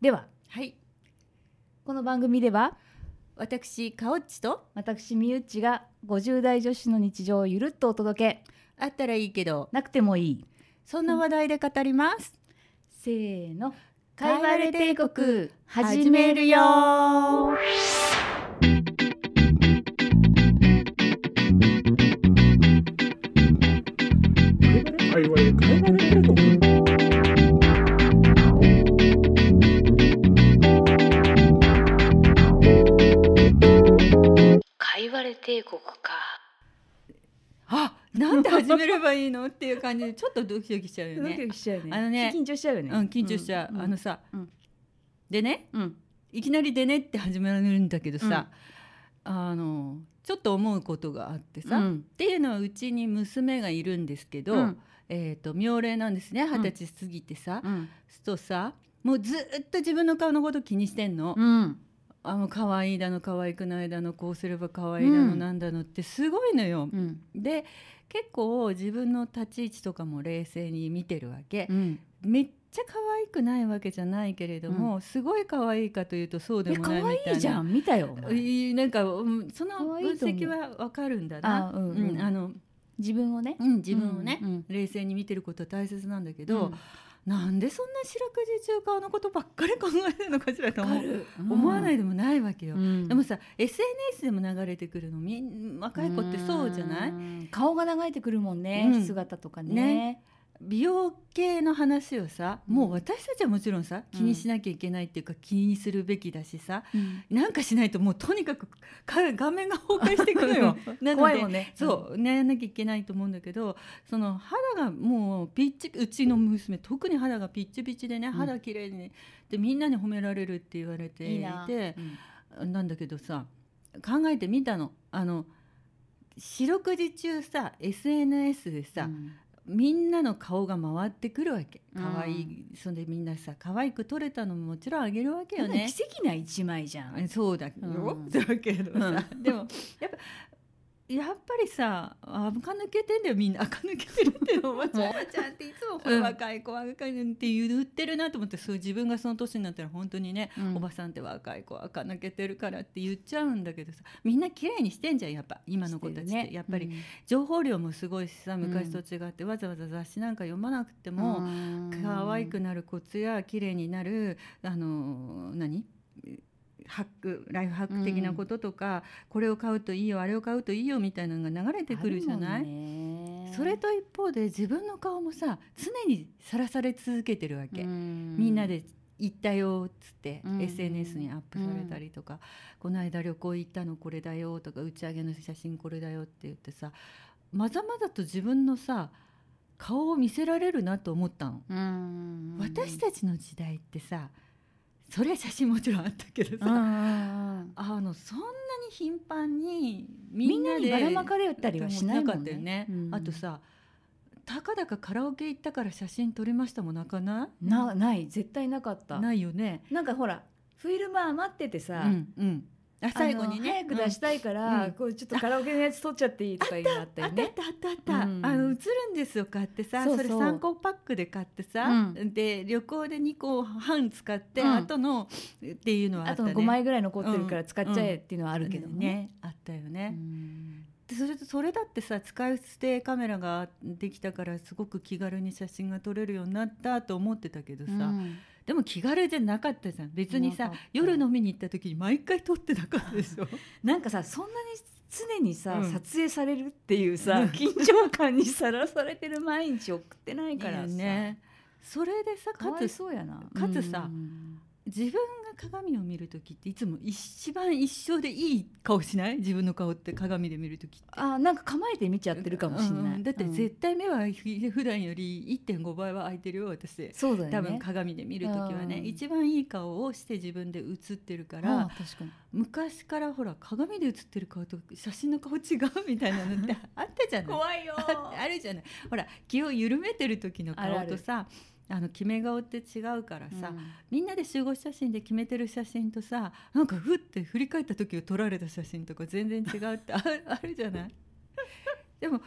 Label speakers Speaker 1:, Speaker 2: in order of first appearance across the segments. Speaker 1: では
Speaker 2: はい
Speaker 1: この番組では
Speaker 2: 私カオッチと
Speaker 1: 私みゆっちが50代女子の日常をゆるっとお届け
Speaker 2: あったらいいけど
Speaker 1: なくてもいい
Speaker 2: そんな話題で語ります、
Speaker 1: せーの
Speaker 2: カイワレ帝
Speaker 1: 国
Speaker 2: 始めるよ
Speaker 3: 会話で会話で出ると
Speaker 4: かいわれ帝国か。
Speaker 2: あなんで始めればいいのっていう感じでちょっとドキドキしちゃうよ
Speaker 1: ドキ
Speaker 2: ね
Speaker 1: ドキしちゃうよね
Speaker 2: あのね
Speaker 1: 緊張しちゃうよね
Speaker 2: うん緊張しちゃう、あのさ、
Speaker 1: うん
Speaker 2: でね
Speaker 1: うん
Speaker 2: いきなりでねって始められるんだけどさ、あのちょっと思うことがあってさ、
Speaker 1: う
Speaker 2: っ
Speaker 1: ん
Speaker 2: ていうのはうちに娘がいるんですけど、
Speaker 1: うん
Speaker 2: えっ、と妙齢なんですね二十歳過ぎてさ、
Speaker 1: うん
Speaker 2: すとさもうずっと自分の顔のこと気にしてんの、
Speaker 1: うん
Speaker 2: あの可愛いだの可愛くないだのこうすれば可愛いだの
Speaker 1: うん
Speaker 2: なんだのってすごいのよ。
Speaker 1: うん
Speaker 2: で結構自分の立ち位置とかも冷静に見てるわけ
Speaker 1: う、ん
Speaker 2: めっちゃ可愛くないわけじゃないけれども、すごい可愛いかというとそうで
Speaker 1: え
Speaker 2: も
Speaker 1: 可
Speaker 2: ないみたいな
Speaker 1: 愛いじゃん見たよお前
Speaker 2: いいなんか、うん、その
Speaker 1: 可愛
Speaker 2: 分
Speaker 1: いと思う
Speaker 2: 析はわかるんだな
Speaker 1: あうんうん
Speaker 2: あの
Speaker 1: 自分をね
Speaker 2: うん、自分をね、
Speaker 1: うんうん
Speaker 2: 冷静に見てることは大切なんだけ
Speaker 1: う
Speaker 2: ど
Speaker 1: ん、
Speaker 2: なんでそんな四六時中顔のことばっかり考えてるのかしらと
Speaker 1: わか
Speaker 2: 思う
Speaker 1: る
Speaker 2: 思わない
Speaker 1: で
Speaker 2: でもないわけよ。でも
Speaker 1: も
Speaker 2: さ SNS でも流れてくるのみん若い子ってそうじゃない
Speaker 1: 顔が流れてくるもんね、
Speaker 2: うん
Speaker 1: 姿とかね
Speaker 2: ね美容系の話をさもう私たちはもちろんさ
Speaker 1: うん
Speaker 2: 気にしなきゃいけないっていうか気にするべきだしさ
Speaker 1: うん
Speaker 2: なんかしないともうとにかくか画面が崩壊していくのよな の
Speaker 1: 怖い
Speaker 2: で
Speaker 1: もんね
Speaker 2: そう悩んなきゃいけないと思うんだけどその肌がもうピッチうちの娘特に肌がピッチピチでね
Speaker 1: ん
Speaker 2: 肌綺麗にでみんなに褒められるって言われていて
Speaker 1: いいなうん
Speaker 2: なんだけどさ考えてみたのあの四六時中さ SNS でさ、
Speaker 1: うん
Speaker 2: みんなの顔が回ってくるわけ
Speaker 1: うん
Speaker 2: 可愛い、それでみんなさ可愛く撮れたのももちろんあげるわけよね
Speaker 1: 奇跡な一枚じゃん。
Speaker 2: そうだよ、
Speaker 1: うん
Speaker 2: だけどさ、でもやっぱやっぱりさあ垢抜けてんだよみんな垢抜けてるって おばちゃんおばちゃんっていつもほら
Speaker 1: うん
Speaker 2: 若い子若い子って言ってるなと思ってそう自分がその年になったら本当にね、
Speaker 1: うん
Speaker 2: おばさんって若い子垢抜けてるからって言っちゃうんだけどさみんな綺麗にしてんじゃんやっぱ今の子たちって
Speaker 1: してるね
Speaker 2: やっぱり、情報量もすごいしさ昔と違って、わざわざ雑誌なんか読まなくて
Speaker 1: うん
Speaker 2: も、
Speaker 1: うん
Speaker 2: 可愛くなるコツや綺麗になるあの何ハックライフハック的なこととか、これを買うといいよあれを買うといいよみたいなのが流れてくるじゃな
Speaker 1: あ
Speaker 2: い、
Speaker 1: るもんね
Speaker 2: それと一方で自分の顔もさ常にさらされ続けてるわけ、
Speaker 1: うん
Speaker 2: みんなで行ったよっつって、
Speaker 1: うん
Speaker 2: SNS にアップされたりとか、この間旅行行ったのこれだよとか打ち上げの写真これだよって言ってさまざまざと自分のさ顔を見せられるなと思ったの。
Speaker 1: うん
Speaker 2: 私たちの時代ってさそれは写真もちろんあったけど
Speaker 1: うんう
Speaker 2: さ、
Speaker 1: んうん
Speaker 2: あのそんなに頻繁にみ
Speaker 1: みん
Speaker 2: ん
Speaker 1: な
Speaker 2: な
Speaker 1: に
Speaker 2: で
Speaker 1: ばらまかれたりはしないも
Speaker 2: か
Speaker 1: ん
Speaker 2: ったよ
Speaker 1: ね
Speaker 2: ね。、
Speaker 1: うん
Speaker 2: あとさたかだかカラオケ行ったから写真撮りましたもなかな
Speaker 1: なない絶対なかった。
Speaker 2: ないいよね。
Speaker 1: なんかほらフィルマー待ってて
Speaker 2: う
Speaker 1: さ。
Speaker 2: んうん、あ最後にね
Speaker 1: あの早く出したいから、
Speaker 2: うん
Speaker 1: こうちょっとカラオケのやつ撮っちゃっていいとかいうのあった
Speaker 2: あ
Speaker 1: よ
Speaker 2: った
Speaker 1: ね
Speaker 2: あっ。たあったあった、
Speaker 1: うん
Speaker 2: あの映るんですよ買ってさ
Speaker 1: そ
Speaker 2: そう
Speaker 1: そう
Speaker 2: れ3個パックで買ってさ、
Speaker 1: う
Speaker 2: で旅行で2個半使って、
Speaker 1: うん
Speaker 2: 後のっていうのはあ
Speaker 1: あ
Speaker 2: った
Speaker 1: と
Speaker 2: ね
Speaker 1: の5枚ぐらい残ってるから使っちゃえっていうのはあ
Speaker 2: あ
Speaker 1: るけどね。
Speaker 2: あったよね、
Speaker 1: うん
Speaker 2: でそれとそれだってさ使い捨てカメラができたからすごく気軽に写真が撮れるようになったと思ってたけどさ、
Speaker 1: うん
Speaker 2: でも気軽じゃなかったじゃん別に
Speaker 1: な
Speaker 2: さ
Speaker 1: かった
Speaker 2: 夜飲みに行った時に毎回撮ってなかったでしょ
Speaker 1: なんかさそんなに常にさ、
Speaker 2: うん
Speaker 1: 撮影されるっていうさ緊張感にさらされてる毎日送ってない からさ
Speaker 2: いいよねそれでさ
Speaker 1: か
Speaker 2: か
Speaker 1: わい
Speaker 2: つ
Speaker 1: そうやな
Speaker 2: かつさ
Speaker 1: うん
Speaker 2: 自分が鏡を見る時っていつも一番一生でいい顔しない自分の顔って鏡で見る時って。
Speaker 1: あなんか構えて見ちゃってるかもしれない、
Speaker 2: うんだって絶対目はひ普段より1.5倍は開いてるよ私。
Speaker 1: うんそうだよね
Speaker 2: 多分鏡で見る時はね、
Speaker 1: うん
Speaker 2: 一番いい顔をして自分で写ってるから、
Speaker 1: あ確かに
Speaker 2: 昔からほら鏡で写ってる顔と写真の顔違うみたいな のってあったじゃない
Speaker 1: いよ
Speaker 2: ああるじゃないほら気を緩めてる時の
Speaker 1: あるあ
Speaker 2: 顔
Speaker 1: る
Speaker 2: とさあの決め顔って違うからさ、
Speaker 1: さ、
Speaker 2: みんなで集合写真で決めてる写真とさなんかふって振 り返った時を撮られた写真とか全然違うってああるじゃないでも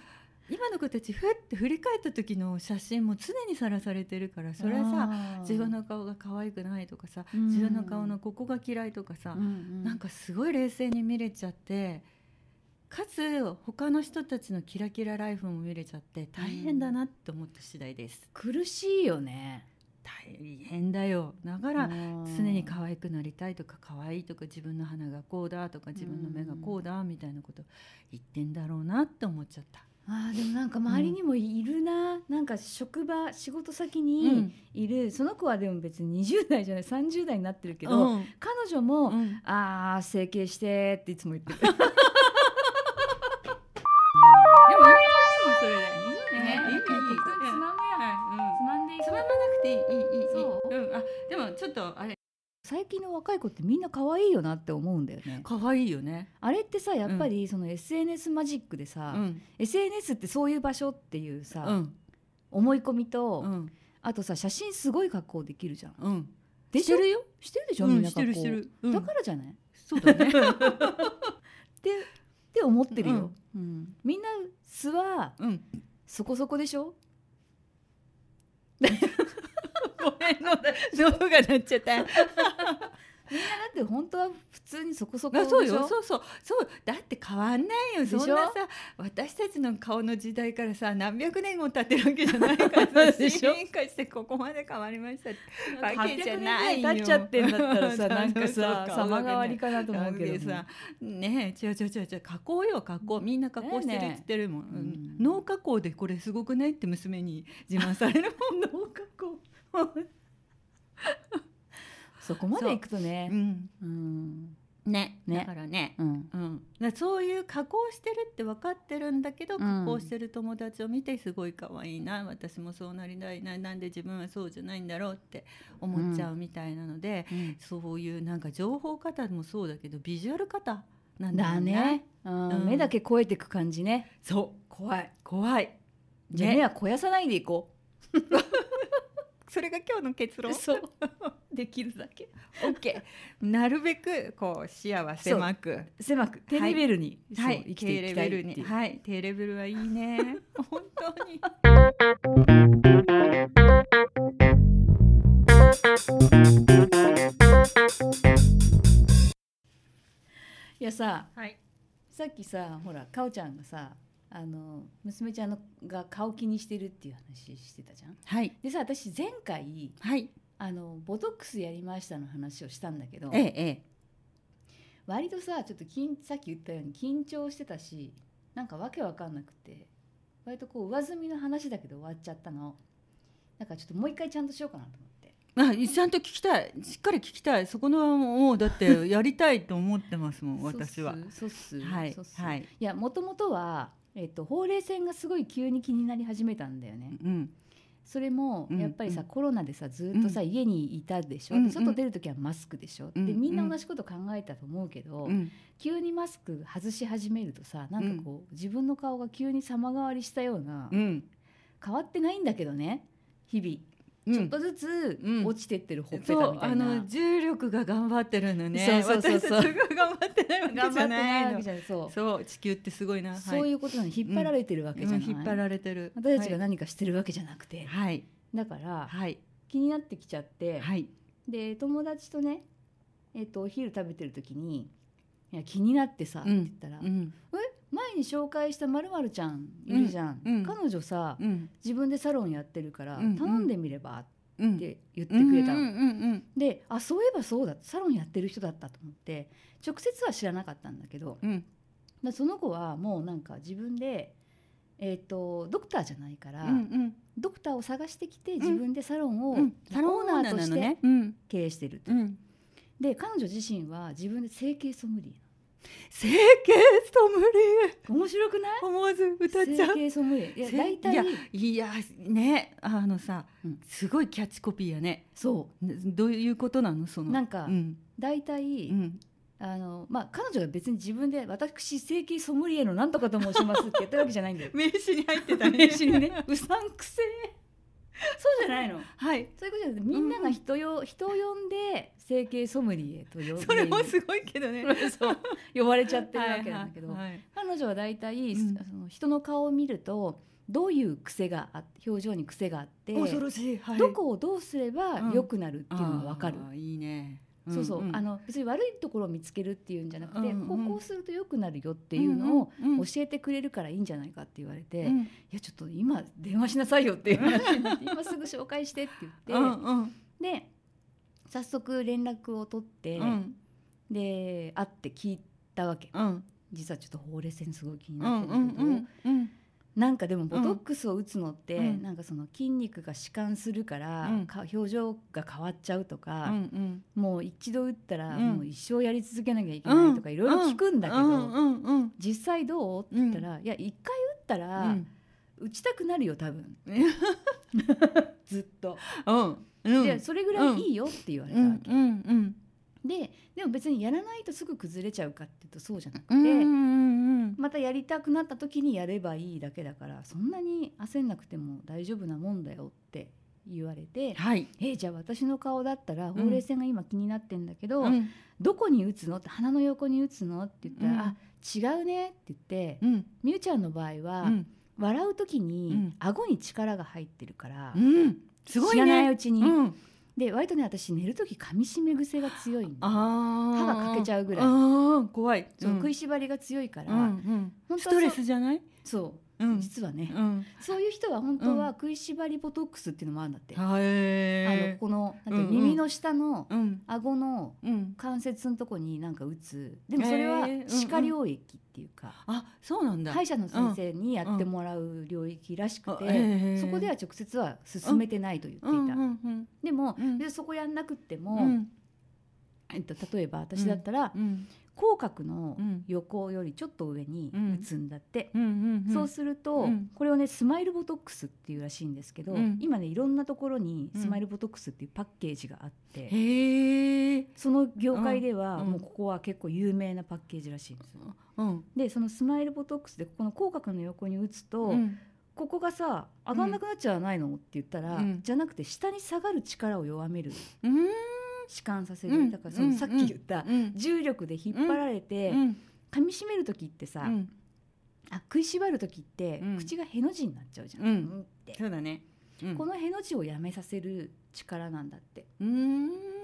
Speaker 2: 今の子たちふって振り返った時の写真も常にさらされてるからそれはさ
Speaker 1: さ
Speaker 2: 自分の顔が可愛くないとかさ、
Speaker 1: うん
Speaker 2: 自分の顔のここが嫌いとかさ、なん
Speaker 1: か
Speaker 2: かすごい冷静に見れちゃってかつ他の人たちのキラキラライフも見れちゃって大変だなって思った次第です。
Speaker 1: 苦しいよね
Speaker 2: 大変だよだか
Speaker 1: から
Speaker 2: 常に可愛くなりたいとか可愛いとか自分の鼻がこうだとか自分の目がこうだみたいなこと言ってんだろうなって思っちゃった。
Speaker 1: あーでもなんか周りにもいるな、なんか職場仕事先にいる、その子はでも別に20代じゃない30代になってるけ
Speaker 2: け
Speaker 1: ど、
Speaker 2: ど、
Speaker 1: 彼女も、
Speaker 2: うん
Speaker 1: ああ整形してっていつも言 ってる
Speaker 2: でもいいよそれ
Speaker 1: いいね
Speaker 2: いいいいいい
Speaker 1: ここつまむや
Speaker 2: うん
Speaker 1: つまんでいこ
Speaker 2: つ
Speaker 1: う
Speaker 2: ままなくていいいいいいいい
Speaker 1: そうん
Speaker 2: あでもちょっとあれ
Speaker 1: 最近の若い子ってみんな可愛いよなって思うんだよね
Speaker 2: 可愛いよね
Speaker 1: あれってさやっぱりその SNS マジックで
Speaker 2: う
Speaker 1: さ、
Speaker 2: ん
Speaker 1: SNS ってそういう場所っていうさ、
Speaker 2: うん
Speaker 1: 思い込みと、
Speaker 2: うん
Speaker 1: あとさ写真すごい格好できるじゃん
Speaker 2: うん
Speaker 1: で
Speaker 2: してるよ
Speaker 1: してるでしょ、
Speaker 2: う
Speaker 1: みん
Speaker 2: ん
Speaker 1: な
Speaker 2: し
Speaker 1: 格好
Speaker 2: てるしてるうん
Speaker 1: だからじゃない
Speaker 2: そうだね
Speaker 1: ってって思ってるよ、
Speaker 2: うん
Speaker 1: みんな素は
Speaker 2: うん
Speaker 1: そこそこでしょ
Speaker 2: ごめんの喉が鳴っちゃった
Speaker 1: だって本当は普通にそこそこで
Speaker 2: あ
Speaker 1: しょ
Speaker 2: そうよそうそうそうだって変わんないよ
Speaker 1: でしょ
Speaker 2: そんなさ私たちの顔の時代からさ何百年も経ってるわけじゃないからさ
Speaker 1: でしょ
Speaker 2: 進化してここまで変わりましたってわけ
Speaker 1: 800
Speaker 2: じゃ
Speaker 1: 年
Speaker 2: ない
Speaker 1: ぐ
Speaker 2: よ
Speaker 1: らい経っちゃってんだ ったらさなんかさ
Speaker 2: そうそう
Speaker 1: 様変わりかなと思うけど
Speaker 2: で
Speaker 1: も
Speaker 2: さねえ違う違う違う違う加工よ加工みんな加工してるって言ってるもん、
Speaker 1: ねえねえ
Speaker 2: うん脳加工でこれすごくないって娘に自慢されるもん脳加工
Speaker 1: そこまでいくと
Speaker 2: う
Speaker 1: ね
Speaker 2: ん
Speaker 1: うん
Speaker 2: ね
Speaker 1: ね
Speaker 2: だからね
Speaker 1: うん
Speaker 2: うん、だからそういう加工してるって分かってるんだけど
Speaker 1: ん
Speaker 2: 加工してる友達を見てすごい可愛いな、私もそうなりたいななんで自分はそうじゃないんだろうって思っちゃうみたいなので、そういうなんか情報方もそうだけどビジュアル方なんだよ
Speaker 1: だね、う
Speaker 2: うん
Speaker 1: ん、目だけ超えてく感じね
Speaker 2: そう
Speaker 1: 怖い
Speaker 2: 怖い
Speaker 1: じゃあ目は肥やさないでいこ
Speaker 2: それが今日の結
Speaker 1: う、
Speaker 2: 論
Speaker 1: そうできるだけ OK
Speaker 2: なるべくこう視野は狭く
Speaker 1: 狭く低レベルに、そう
Speaker 2: はい
Speaker 1: 生きて
Speaker 2: 低
Speaker 1: い
Speaker 2: レ
Speaker 1: きたい
Speaker 2: ベ
Speaker 1: っ
Speaker 2: ル
Speaker 1: て
Speaker 2: に
Speaker 1: いう
Speaker 2: はい低レベルはいいね 本当に
Speaker 1: いやさ
Speaker 2: はい
Speaker 1: さっきさほらかおちゃんがさあの娘ちゃんのが顔気にしてるっていう話してたじゃん。
Speaker 2: はい
Speaker 1: でさ私前回
Speaker 2: はい
Speaker 1: あのボトックスやりましたの話をしたんだけど
Speaker 2: ええええ
Speaker 1: 割とさちょっと緊さっき言ったように緊張してたしなんかわけわかんなくて割とこう上積みの話だけど終わっちゃったのだからちょっともう一回ちゃんとしようかなと思って
Speaker 2: あちゃんと聞きたいしっかり聞きたいそこのはもうだってやりたいと思ってま すもん私は
Speaker 1: そうっすそうっす
Speaker 2: はい
Speaker 1: そうっす
Speaker 2: はい
Speaker 1: いやもともとは、えっと、ほうれい線がすごい急に気になり始めたんだよね、
Speaker 2: うん
Speaker 1: それも
Speaker 2: うん
Speaker 1: やっぱりさ、コロナでさずっとさ、
Speaker 2: う
Speaker 1: 家にいたでしょ、
Speaker 2: うん
Speaker 1: で
Speaker 2: うん
Speaker 1: 外出る時はマスクでしょ、
Speaker 2: うんう
Speaker 1: で
Speaker 2: ん
Speaker 1: みんな同じこと考えたと思うけど、
Speaker 2: うん
Speaker 1: 急にマスク外し始めるとさなんかこう、自分の顔が急に様変わりしたような、
Speaker 2: うん
Speaker 1: 変わってないんだけどね日
Speaker 2: うん
Speaker 1: 々、ちょっとずつ
Speaker 2: うん
Speaker 1: 落ちてってるほっぺ
Speaker 2: そ
Speaker 1: たみ
Speaker 2: う
Speaker 1: た
Speaker 2: あ
Speaker 1: いな、
Speaker 2: の重力が頑張ってるの
Speaker 1: そう
Speaker 2: ね
Speaker 1: そうそうそう
Speaker 2: 私たちが頑張ってないわけ
Speaker 1: 頑
Speaker 2: じ
Speaker 1: 張
Speaker 2: ゃ
Speaker 1: ってない
Speaker 2: ない
Speaker 1: わ
Speaker 2: の
Speaker 1: けじゃないそう
Speaker 2: そう地球ってすごいな
Speaker 1: そういうことなの引っ張られてるわ
Speaker 2: は
Speaker 1: け
Speaker 2: い
Speaker 1: じゃない、
Speaker 2: うん引っ張られてる
Speaker 1: 私たちが何かしてるわけじゃなくて、
Speaker 2: はい
Speaker 1: だから
Speaker 2: はい
Speaker 1: 気になってきちゃって、
Speaker 2: はい
Speaker 1: で友達とね、えっとお昼食べてる時に「いや気になってさ」って
Speaker 2: うん
Speaker 1: 言ったら、
Speaker 2: うん
Speaker 1: 前に紹介したまるまるちゃんいるじゃん、
Speaker 2: うんうん
Speaker 1: 彼女さ、
Speaker 2: うん
Speaker 1: 自分でサロンやってるから
Speaker 2: うんうん
Speaker 1: 頼んでみればっ
Speaker 2: うん
Speaker 1: て言ってくれたの、
Speaker 2: うんうんうん
Speaker 1: であそういえばそうだサロンやってる人だったと思って直接は知らなかったんだけど
Speaker 2: うん
Speaker 1: だその子はもうなんか自分で、えっとドクターじゃないから、
Speaker 2: うんうん
Speaker 1: ドクターを探してきて
Speaker 2: ん
Speaker 1: 自分でサロンを、
Speaker 2: うん
Speaker 1: サロンオーナーと
Speaker 2: な
Speaker 1: し
Speaker 2: の
Speaker 1: て
Speaker 2: ねうん
Speaker 1: 経営してると。
Speaker 2: うん
Speaker 1: で彼女自身は自分で整形ソムリエ
Speaker 2: 整形と無理
Speaker 1: 面白くない
Speaker 2: 思わず歌っちゃ
Speaker 1: 整
Speaker 2: う
Speaker 1: 形ソムリエいや
Speaker 2: 整
Speaker 1: 大体
Speaker 2: いやいやねあのさ、
Speaker 1: うん
Speaker 2: すごいキャッチコピーやね
Speaker 1: そ
Speaker 2: ねどういうことなのその
Speaker 1: なんか
Speaker 2: うん
Speaker 1: う大体、
Speaker 2: うん
Speaker 1: あのまあ彼女が別に自分で私整形ソムリエ のなんとかと申しますって言ってるわけじゃないんだよ
Speaker 2: 名刺に入ってたね
Speaker 1: 名刺にねうさんくせえそうじゃないの
Speaker 2: はい
Speaker 1: そういうことじゃなくてみんなが人よ、人を呼んで整形ソムリエと呼んでいる
Speaker 2: それもすごいけどね
Speaker 1: そう呼ばれちゃってるわけなんだけど、
Speaker 2: はいはい
Speaker 1: 彼女は大体、
Speaker 2: うん
Speaker 1: その人の顔を見るとどういう癖があって表情に癖があって
Speaker 2: 恐ろしい、はい、
Speaker 1: どこをどうすれば良くなるっていうのが分かる、
Speaker 2: あーいいね
Speaker 1: そうそう、あ
Speaker 2: っ
Speaker 1: の別に悪いところを見つけるっていうんじゃなくて、
Speaker 2: うんうん
Speaker 1: こうこうすると良くなるよっていうのを
Speaker 2: うん
Speaker 1: 教えてくれるからいいんじゃないかって言われて、
Speaker 2: うんう
Speaker 1: い
Speaker 2: ん
Speaker 1: やちょっと今電話しなさいよっていう話にな って今すぐ紹介してって
Speaker 2: う
Speaker 1: 言っ
Speaker 2: んうん
Speaker 1: て、で早速連絡を取って、
Speaker 2: うん
Speaker 1: で会って聞いたわけ
Speaker 2: うん
Speaker 1: 実はちょっとほうれい線すごい気に
Speaker 2: う
Speaker 1: なっ
Speaker 2: ん
Speaker 1: て
Speaker 2: う
Speaker 1: るんだけど、
Speaker 2: んうん
Speaker 1: なんかでもボトックスを打つのって、
Speaker 2: うん
Speaker 1: なんかその筋肉が弛緩するから、
Speaker 2: うん
Speaker 1: か表情が変わっちゃうと
Speaker 2: う
Speaker 1: か、
Speaker 2: ん
Speaker 1: もう一度打ったら
Speaker 2: うん
Speaker 1: もう一生やり続けなきゃいけないとかいろいろ聞くんだけど、
Speaker 2: うんうんうん
Speaker 1: 実際どうって言ったら、いや一回打った
Speaker 2: う
Speaker 1: ら、
Speaker 2: ん
Speaker 1: 打ちたくなるよ多分
Speaker 2: ね
Speaker 1: ずっと、
Speaker 2: うんうん
Speaker 1: でそれぐらいいいよって言われた
Speaker 2: う
Speaker 1: わ
Speaker 2: ん
Speaker 1: け、
Speaker 2: うんうん
Speaker 1: ででも別にやらないとすぐ崩れちゃうかっていうとそうじゃなくて、
Speaker 2: うんうんうん
Speaker 1: またやりたくなった時にやればいいだけだからそんなに焦んなくても大丈夫なもんだよって言われて。
Speaker 2: はい
Speaker 1: えーじゃあ私の顔だったらほうれい線が今気になってんだけど、
Speaker 2: うん
Speaker 1: どこに打つのって鼻の横に打つのって言ったら
Speaker 2: うん
Speaker 1: 「あ違うね」って言って
Speaker 2: うん
Speaker 1: みゆちゃんの場合
Speaker 2: う
Speaker 1: は、
Speaker 2: ん
Speaker 1: 笑う時
Speaker 2: う
Speaker 1: に
Speaker 2: ん
Speaker 1: 顎に力が入ってるから、
Speaker 2: うんすごいね
Speaker 1: 知らないうちに、
Speaker 2: うん
Speaker 1: で割とね私寝る時噛み締め癖が強いんで歯
Speaker 2: 歯
Speaker 1: が欠けち
Speaker 2: ゃ
Speaker 1: ゃうぐらい、
Speaker 2: 怖い
Speaker 1: そう食い
Speaker 2: し
Speaker 1: しばりが強いから、当はそう
Speaker 2: ストレスじゃない
Speaker 1: そうう、
Speaker 2: ん
Speaker 1: 実はね、
Speaker 2: うん
Speaker 1: そういう人は本当は食いしばりボトックスっていうのもあるんだって、あの
Speaker 2: はい
Speaker 1: このなんていうの
Speaker 2: うんうん
Speaker 1: 耳の下の
Speaker 2: うん
Speaker 1: 顎の
Speaker 2: うん
Speaker 1: 関節のとこになんか打つでもそれは
Speaker 2: へーうん
Speaker 1: 歯科領域っていうか、
Speaker 2: あそうなんだ
Speaker 1: 歯医者の先生にやってもらう領域らしくて、そこでは
Speaker 2: は
Speaker 1: 直接は進めてないと言っていた、
Speaker 2: うん
Speaker 1: でも、
Speaker 2: うん
Speaker 1: でそこやんなくっても、
Speaker 2: うん
Speaker 1: えっと、例えば私だったら、
Speaker 2: うん
Speaker 1: 口角の
Speaker 2: うん
Speaker 1: 横よりちょっと上に
Speaker 2: うん
Speaker 1: 打つんだって、
Speaker 2: うん
Speaker 1: そうすると、
Speaker 2: うん
Speaker 1: これをねスマイルボトックスっていうらしいんですけど、
Speaker 2: うん
Speaker 1: 今ねいろんなところに
Speaker 2: うん
Speaker 1: スマイルボトックスっていうパッケージがあって、
Speaker 2: へえ
Speaker 1: その業界では、
Speaker 2: うん
Speaker 1: もうここは結構有名なパッケージらしいんですよ。
Speaker 2: うん
Speaker 1: でそのスマイルボトックスでここの口角の横に打つと、
Speaker 2: うん
Speaker 1: ここがさ上がんなくなっちゃわないのって言ったら、
Speaker 2: うん
Speaker 1: じゃなくて下に下がる力を弱める
Speaker 2: うん
Speaker 1: 弛緩させ
Speaker 2: う
Speaker 1: る
Speaker 2: ん
Speaker 1: だからその
Speaker 2: うん
Speaker 1: さっき言った
Speaker 2: うん
Speaker 1: 重力で引っ張られて
Speaker 2: うん
Speaker 1: 噛み締める時ってさ
Speaker 2: うん
Speaker 1: あ食いしばる時って
Speaker 2: うん
Speaker 1: 口がへの字になっちゃうじゃん
Speaker 2: うん
Speaker 1: うんって
Speaker 2: そうだねうん
Speaker 1: このへの字をやめさせる力なんだって
Speaker 2: うーん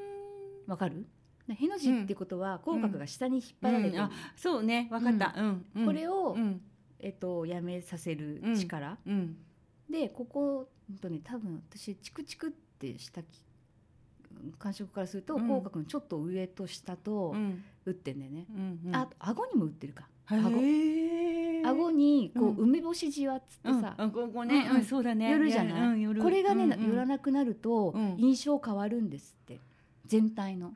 Speaker 1: わかるへの字ってことは口角が下に引っ張られて
Speaker 2: うん
Speaker 1: る
Speaker 2: あそうねわかったうんうん
Speaker 1: これを
Speaker 2: うん
Speaker 1: えっとやめさせる力
Speaker 2: うん
Speaker 1: でここうんとね多分私チクチクってしたき感触からすると
Speaker 2: うん
Speaker 1: 口角のちょっと上と下と
Speaker 2: うん
Speaker 1: 打ってんだよね、
Speaker 2: うんうん
Speaker 1: あと顎にも打ってるか顎
Speaker 2: へえ
Speaker 1: 顎にこう
Speaker 2: うん
Speaker 1: 梅干しじわっつってさ、
Speaker 2: うん、ここね、
Speaker 1: うん
Speaker 2: うんそうだね
Speaker 1: 夜じゃない
Speaker 2: うん夜
Speaker 1: これがね、
Speaker 2: うんうん
Speaker 1: 寄らなくなると
Speaker 2: うん
Speaker 1: 印象変わるんですって全体の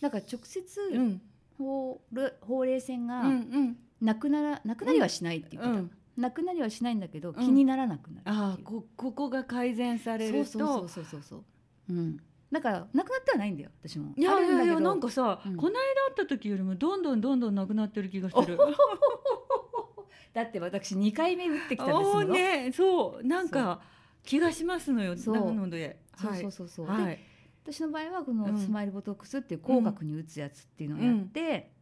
Speaker 1: だから直接
Speaker 2: うん
Speaker 1: ほうれほうれい線
Speaker 2: う
Speaker 1: が
Speaker 2: んうん
Speaker 1: なくならなくなりはしないって言ってた、
Speaker 2: うん
Speaker 1: なくなりはしないんだけど、
Speaker 2: ん
Speaker 1: 気にならなくなる
Speaker 2: あ
Speaker 1: ってい
Speaker 2: ー
Speaker 1: う
Speaker 2: こここが改善されると
Speaker 1: そうそうそうそうそうそううんだからなくなってはないんだよ私も
Speaker 2: いや
Speaker 1: あ
Speaker 2: い
Speaker 1: るんだ
Speaker 2: やい
Speaker 1: けど
Speaker 2: やなんかさ、
Speaker 1: うん
Speaker 2: この間会った時よりもどんどんどんどんなくなってる気がする。
Speaker 1: だって私2回目打ってきたんです
Speaker 2: お
Speaker 1: も
Speaker 2: お
Speaker 1: の、
Speaker 2: ねそうなんか気がしますのよ
Speaker 1: そう
Speaker 2: なので。
Speaker 1: そうそううそうそう、
Speaker 2: はい
Speaker 1: で
Speaker 2: はい
Speaker 1: 私の場合はこ
Speaker 2: う
Speaker 1: の
Speaker 2: ん
Speaker 1: スマイルボトックスっていう口角に打つやつっていうのをやって、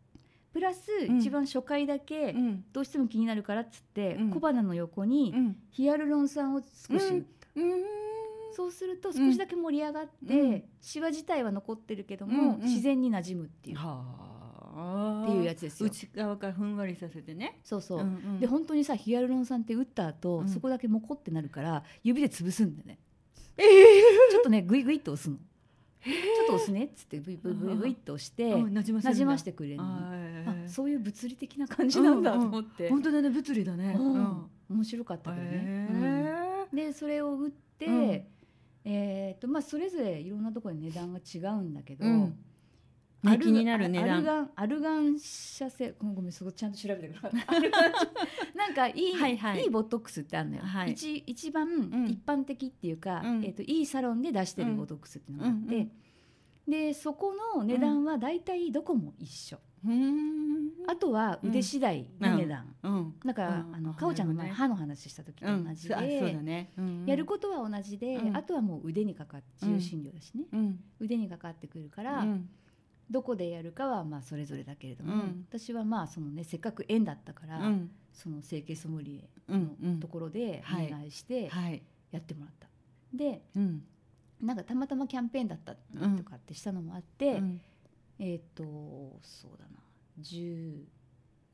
Speaker 1: プラス
Speaker 2: ん
Speaker 1: 一番初回だけ
Speaker 2: うん
Speaker 1: どうしても気になるからっつって
Speaker 2: うん
Speaker 1: 小鼻の横
Speaker 2: う
Speaker 1: に
Speaker 2: ん
Speaker 1: ヒアルロン酸を少し打っ
Speaker 2: うーん
Speaker 1: そうすると少しだけ盛り上がっ
Speaker 2: う
Speaker 1: て
Speaker 2: ん
Speaker 1: シワ自体は残ってるけど
Speaker 2: うんう
Speaker 1: も
Speaker 2: ん
Speaker 1: 自然に馴染むっていうっ
Speaker 2: はあ
Speaker 1: ていうやつですよ
Speaker 2: 内側からふんわりさせてね。
Speaker 1: そうそううん
Speaker 2: うん
Speaker 1: で本当にさヒアルロン酸って打った後、
Speaker 2: うん
Speaker 1: そこだけモコってなるから指で潰すんだよね
Speaker 2: ええ
Speaker 1: ちょっとねグイグイっと押すのちょっと押すねっつってブイブイブイブイっと押して
Speaker 2: うんなじませ
Speaker 1: な
Speaker 2: る
Speaker 1: ん
Speaker 2: だ
Speaker 1: じましてくれるの
Speaker 2: あ
Speaker 1: あそういう物理的な感じなんだと
Speaker 2: うんうん
Speaker 1: 思って、
Speaker 2: 本当だね物理だね。
Speaker 1: うん
Speaker 2: うん
Speaker 1: 面白かったけどね、
Speaker 2: へ
Speaker 1: うんでそれを売って、
Speaker 2: うん
Speaker 1: えーっとまあ、それぞれいろんなところで値段が違うんだけど、
Speaker 2: えうんね気になる値
Speaker 1: アル
Speaker 2: 段。
Speaker 1: ガンアルガン社製ごめんごめんそこちゃんと調べてく れアルガン社なんかいい,、
Speaker 2: はいいはい
Speaker 1: ボトックスってあるのよ、
Speaker 2: はい
Speaker 1: 一一番
Speaker 2: ん
Speaker 1: 一般的っていうか、
Speaker 2: うん
Speaker 1: えー、といいサロンで出してるボトックスっていうのがあって、
Speaker 2: うんうん
Speaker 1: でそこの値段は大体どこも一緒、
Speaker 2: うん
Speaker 1: あとは腕次第の値段、
Speaker 2: うん
Speaker 1: だから、
Speaker 2: うん
Speaker 1: あの
Speaker 2: あ
Speaker 1: かおちゃんの前、
Speaker 2: なるほ
Speaker 1: 歯の話した時と同じで、
Speaker 2: うん、そうあそうだね、うん
Speaker 1: やることは同じで、
Speaker 2: うん
Speaker 1: あとはもう腕にかかって自由診療だしね、
Speaker 2: うん
Speaker 1: 腕にかかってくるから、
Speaker 2: うん
Speaker 1: どこでやるかはまあそれぞれだけれども、
Speaker 2: うん
Speaker 1: 私はまあそのねせっかく縁だったから、
Speaker 2: うん
Speaker 1: その整形ソムリエ
Speaker 2: う
Speaker 1: の
Speaker 2: んうん
Speaker 1: ところで
Speaker 2: はい
Speaker 1: お願いして
Speaker 2: はい
Speaker 1: やってもらった。で
Speaker 2: うん
Speaker 1: なんかたまたまキャンペーンだった
Speaker 2: うん
Speaker 1: とかってしたのもあって、
Speaker 2: うん
Speaker 1: えっ、とそうだな10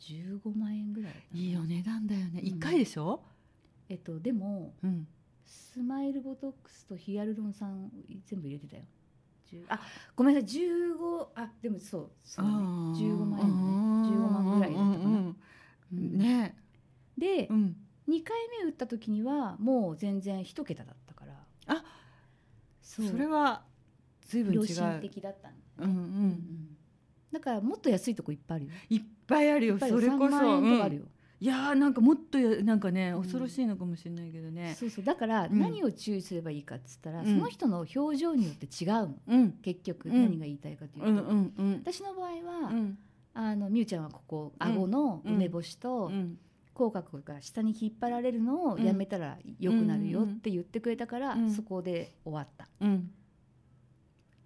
Speaker 1: 15万円ぐらいだない
Speaker 2: いお値段だよね
Speaker 1: うん
Speaker 2: 一回でしょ、
Speaker 1: えっとでも
Speaker 2: うん、
Speaker 1: スマイルボトックスとヒアルロン酸全部入れてたよ10あごめんなさい15あでもそうそうだね15万円だね15万ぐらいだったかな、
Speaker 2: うんね
Speaker 1: で
Speaker 2: う、ん
Speaker 1: 2回目打った時にはもう全然一桁だったから
Speaker 2: あ
Speaker 1: そ
Speaker 2: そうれは随分違う
Speaker 1: 良心的だったん
Speaker 2: う
Speaker 1: だ
Speaker 2: んう
Speaker 1: ね、うん
Speaker 2: ん
Speaker 1: だからもっと安いとこいっぱいあるよ
Speaker 2: いっぱいある
Speaker 1: い
Speaker 2: よ
Speaker 1: っぱい
Speaker 2: それこそ
Speaker 1: 3万円とかあるよ、
Speaker 2: うんいやーなんかもっとやなんかね
Speaker 1: うん
Speaker 2: 恐ろしいのかもしれないけどね、
Speaker 1: そうそうだから
Speaker 2: うん
Speaker 1: 何を注意すればいいかっつったら、
Speaker 2: うん
Speaker 1: その人の表情によって違うの
Speaker 2: うん、
Speaker 1: 結局
Speaker 2: うん
Speaker 1: 何が言いたいかという
Speaker 2: う
Speaker 1: と、
Speaker 2: んうんうん
Speaker 1: 私の場合
Speaker 2: う
Speaker 1: は、
Speaker 2: ん
Speaker 1: あのみゆちゃんはここ顎の梅干しと、
Speaker 2: うん
Speaker 1: 口角が下に引っ張られるのをやめたら良くなるよって言ってくれたから、
Speaker 2: うん
Speaker 1: そこで終わったっ
Speaker 2: うん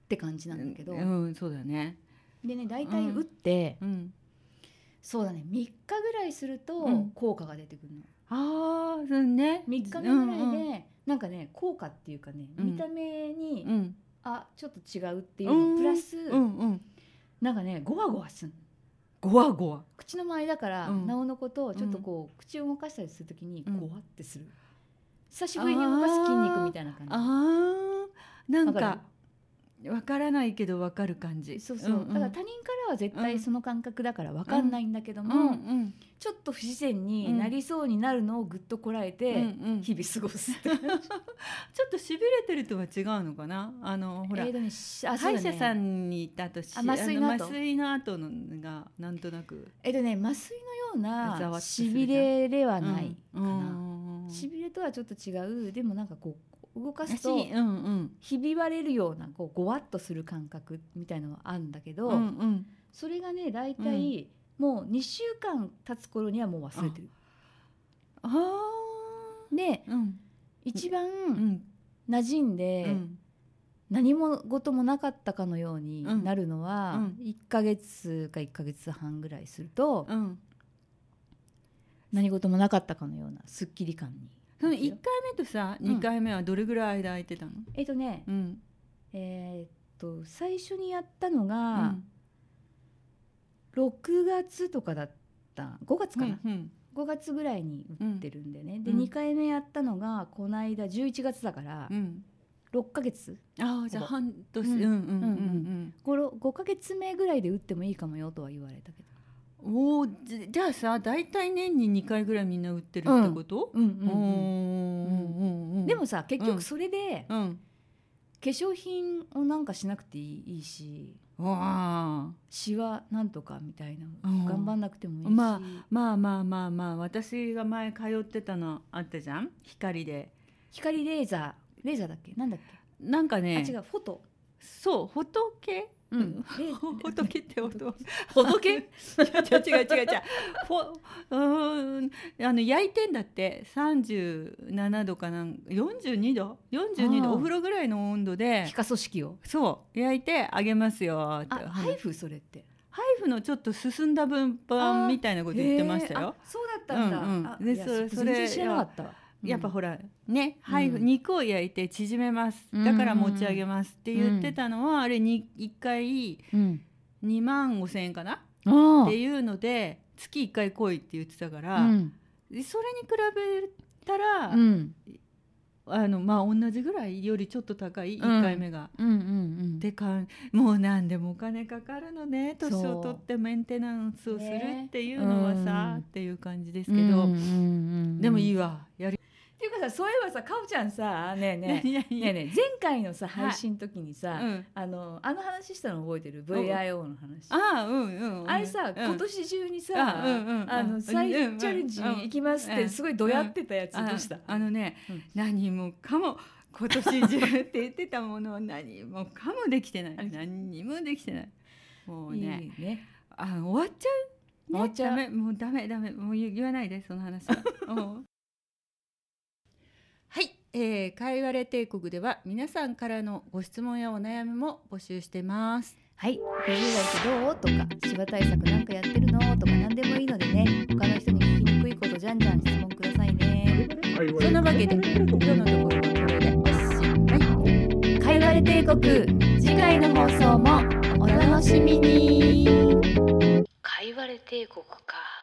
Speaker 1: て感じなんだけど、
Speaker 2: うんそうだね
Speaker 1: でね大体打って、
Speaker 2: うん
Speaker 1: そうだね3日ぐらいすると
Speaker 2: うん
Speaker 1: 効果が出てくるの、
Speaker 2: ああそうね
Speaker 1: 3日目ぐらいで、
Speaker 2: うん
Speaker 1: なんかね効果っていうかね
Speaker 2: うん
Speaker 1: 見た目に、
Speaker 2: うん
Speaker 1: あちょっと違うっていうの、
Speaker 2: うん
Speaker 1: プラス、
Speaker 2: うんうん
Speaker 1: なんかねゴワゴワすんの
Speaker 2: ごわごわ
Speaker 1: 口の周りだから、
Speaker 2: うん
Speaker 1: なおのことちょっとこう、口を動かしたりするときに
Speaker 2: うん
Speaker 1: ゴワってする、久しぶりに動かす筋肉みたいな感じ
Speaker 2: あーなん
Speaker 1: わか
Speaker 2: かわからないけどわかる感じ
Speaker 1: そうそう、
Speaker 2: んん
Speaker 1: だから他人からは絶対その感覚だから分かんないんだけども、
Speaker 2: うんうん
Speaker 1: ちょっと不自然になりそうになるのをぐっとこらえ
Speaker 2: うん
Speaker 1: て
Speaker 2: うんち
Speaker 1: 日々過ごす って感じ、
Speaker 2: ょっとしびれてるとは違うのかなあのほら
Speaker 1: えーとねしあ
Speaker 2: 歯医
Speaker 1: そうだ
Speaker 2: 者
Speaker 1: ね
Speaker 2: さんに行った後し
Speaker 1: あ麻酔の後
Speaker 2: あ麻酔の後のがなんとなく
Speaker 1: えーとね麻酔のよう
Speaker 2: ざわ
Speaker 1: な
Speaker 2: っとする
Speaker 1: しびれではないか
Speaker 2: うん
Speaker 1: な、
Speaker 2: うん
Speaker 1: しびれとはちょっと違うでもなんかこう動かす
Speaker 2: う
Speaker 1: と
Speaker 2: んうん
Speaker 1: ひび割れるようなこうごわっとする感覚みたいなのはあるんだけど、
Speaker 2: うんうん
Speaker 1: それがね大体もう2週間経つ頃にはもう忘れてる。
Speaker 2: あ
Speaker 1: で
Speaker 2: ーうん
Speaker 1: 一番、
Speaker 2: うん
Speaker 1: 馴染んで、
Speaker 2: うん
Speaker 1: 何も事もなかったかのようになるのは、
Speaker 2: うん
Speaker 1: 1ヶ月か1ヶ月半ぐらいすると、
Speaker 2: うん
Speaker 1: 何事もなかったかのようなすっきり感に。
Speaker 2: その一回目とさ
Speaker 1: うん
Speaker 2: 二回目はどれぐらい間空いてたの
Speaker 1: えっとね、
Speaker 2: うん
Speaker 1: えーっと最初にやったの
Speaker 2: う
Speaker 1: が、
Speaker 2: ん
Speaker 1: 6月とかだった5月かな、
Speaker 2: うん
Speaker 1: 5月ぐらいに打ってるんでね、で
Speaker 2: うん
Speaker 1: 2回目やったのがこの間11月だから
Speaker 2: う、ん
Speaker 1: 6ヶ月
Speaker 2: ああじゃあ
Speaker 1: ほぼ
Speaker 2: 半年
Speaker 1: う
Speaker 2: うんんうん
Speaker 1: う
Speaker 2: うんん
Speaker 1: う5, 5ヶ月目ぐらいで打ってもいいかもよとは言われたけど。
Speaker 2: うんおおじじゃあさ大体年に二回ぐらいみんな売ってるってこと
Speaker 1: うん
Speaker 2: うんうんうんうん
Speaker 1: でもさ結
Speaker 2: う
Speaker 1: 局
Speaker 2: ん
Speaker 1: それで
Speaker 2: うん
Speaker 1: 化粧品をなんかしなくていいいいし
Speaker 2: うわあ
Speaker 1: シワなんとかみたいな
Speaker 2: うん
Speaker 1: 頑張んなくてもいいし、
Speaker 2: ままあまあまあまあ私が前通ってたのあったじゃん光で
Speaker 1: 光レーザーレーザーだっけなんだっけ、
Speaker 2: なんかね
Speaker 1: あ違うフォト、
Speaker 2: そう仏
Speaker 1: う
Speaker 2: うん
Speaker 1: レー
Speaker 2: 仏っ て音仏 違う違う違う違うほうーんあの焼いてんだって37度かなん42度42
Speaker 1: あー
Speaker 2: 度お風呂ぐらいの温度で
Speaker 1: 皮下組織を
Speaker 2: そう焼いてあげますよって
Speaker 1: あ
Speaker 2: ハ
Speaker 1: ハイフそれって
Speaker 2: イフのちょっと進んだ分
Speaker 1: あー
Speaker 2: 版みたいなこと言ってました
Speaker 1: へー
Speaker 2: よ
Speaker 1: あ。そうだったんだ、
Speaker 2: うんうん
Speaker 1: あ
Speaker 2: で
Speaker 1: いや
Speaker 2: それ
Speaker 1: そ
Speaker 2: そ
Speaker 1: 全
Speaker 2: れ
Speaker 1: 然知らなかったわ
Speaker 2: やっぱほ
Speaker 1: ら、
Speaker 2: らね、ハイフ
Speaker 1: うん
Speaker 2: 肉を焼いて縮めます
Speaker 1: うん
Speaker 2: だから持ち上げますって言ってたのは、あれに1回
Speaker 1: うん、
Speaker 2: 2万5千円か
Speaker 1: あ
Speaker 2: なっ
Speaker 1: ー
Speaker 2: ていうので月1回来いって言ってたから、
Speaker 1: うん
Speaker 2: でそれに比べたら、
Speaker 1: うん
Speaker 2: あのまあ同じぐらいよりちょっと高い
Speaker 1: ん
Speaker 2: 1回目が。
Speaker 1: うんうん
Speaker 2: でかんもう何でもお金かかるのね
Speaker 1: そう
Speaker 2: 年を取ってメンテナンスをする
Speaker 1: ね
Speaker 2: っていうのはさ、
Speaker 1: うん
Speaker 2: っていう感じです
Speaker 1: う
Speaker 2: け
Speaker 1: ん
Speaker 2: ど、
Speaker 1: うんうんうん
Speaker 2: でもい
Speaker 1: っ
Speaker 2: いわやり、
Speaker 1: ていうかさそういえばさかおちゃんさねえねえ
Speaker 2: ね
Speaker 1: ねえねえ前回のさ
Speaker 2: はい
Speaker 1: 配信の時にさ、
Speaker 2: うん、
Speaker 1: あのあの話したの覚えてる
Speaker 2: ん
Speaker 1: VIO の話あ
Speaker 2: ああうんうん
Speaker 1: れさ、
Speaker 2: うん
Speaker 1: 今年中にさ
Speaker 2: あうんうんうん
Speaker 1: あの再チ
Speaker 2: うん
Speaker 1: ャレンジに行きますっ
Speaker 2: う
Speaker 1: て
Speaker 2: ん
Speaker 1: すごいどやってたやつどうした
Speaker 2: ああのね、
Speaker 1: うん
Speaker 2: 何もかも今年中って言ってたものを何もかもできてない
Speaker 1: あれ
Speaker 2: 何にもできてないもう
Speaker 1: いい
Speaker 2: ね
Speaker 1: ね
Speaker 2: あ終わっちゃう、ね、
Speaker 1: 終わっちゃう
Speaker 2: ダメもうダメダメもう言言わないでその 話はうんはい、えー、かいわれ帝国では皆さんからのご質問やお悩みも募集してます
Speaker 1: はい50代ってどうとかシワ対策なんかやってるのとか何でもいいのでね他の人に聞きにくいことじゃんじゃん質問くださいね
Speaker 2: そんなわけで今日のところはこれでおしまい
Speaker 1: かいわれ帝国次回の放送もお楽しみに
Speaker 4: かいわれ帝国か。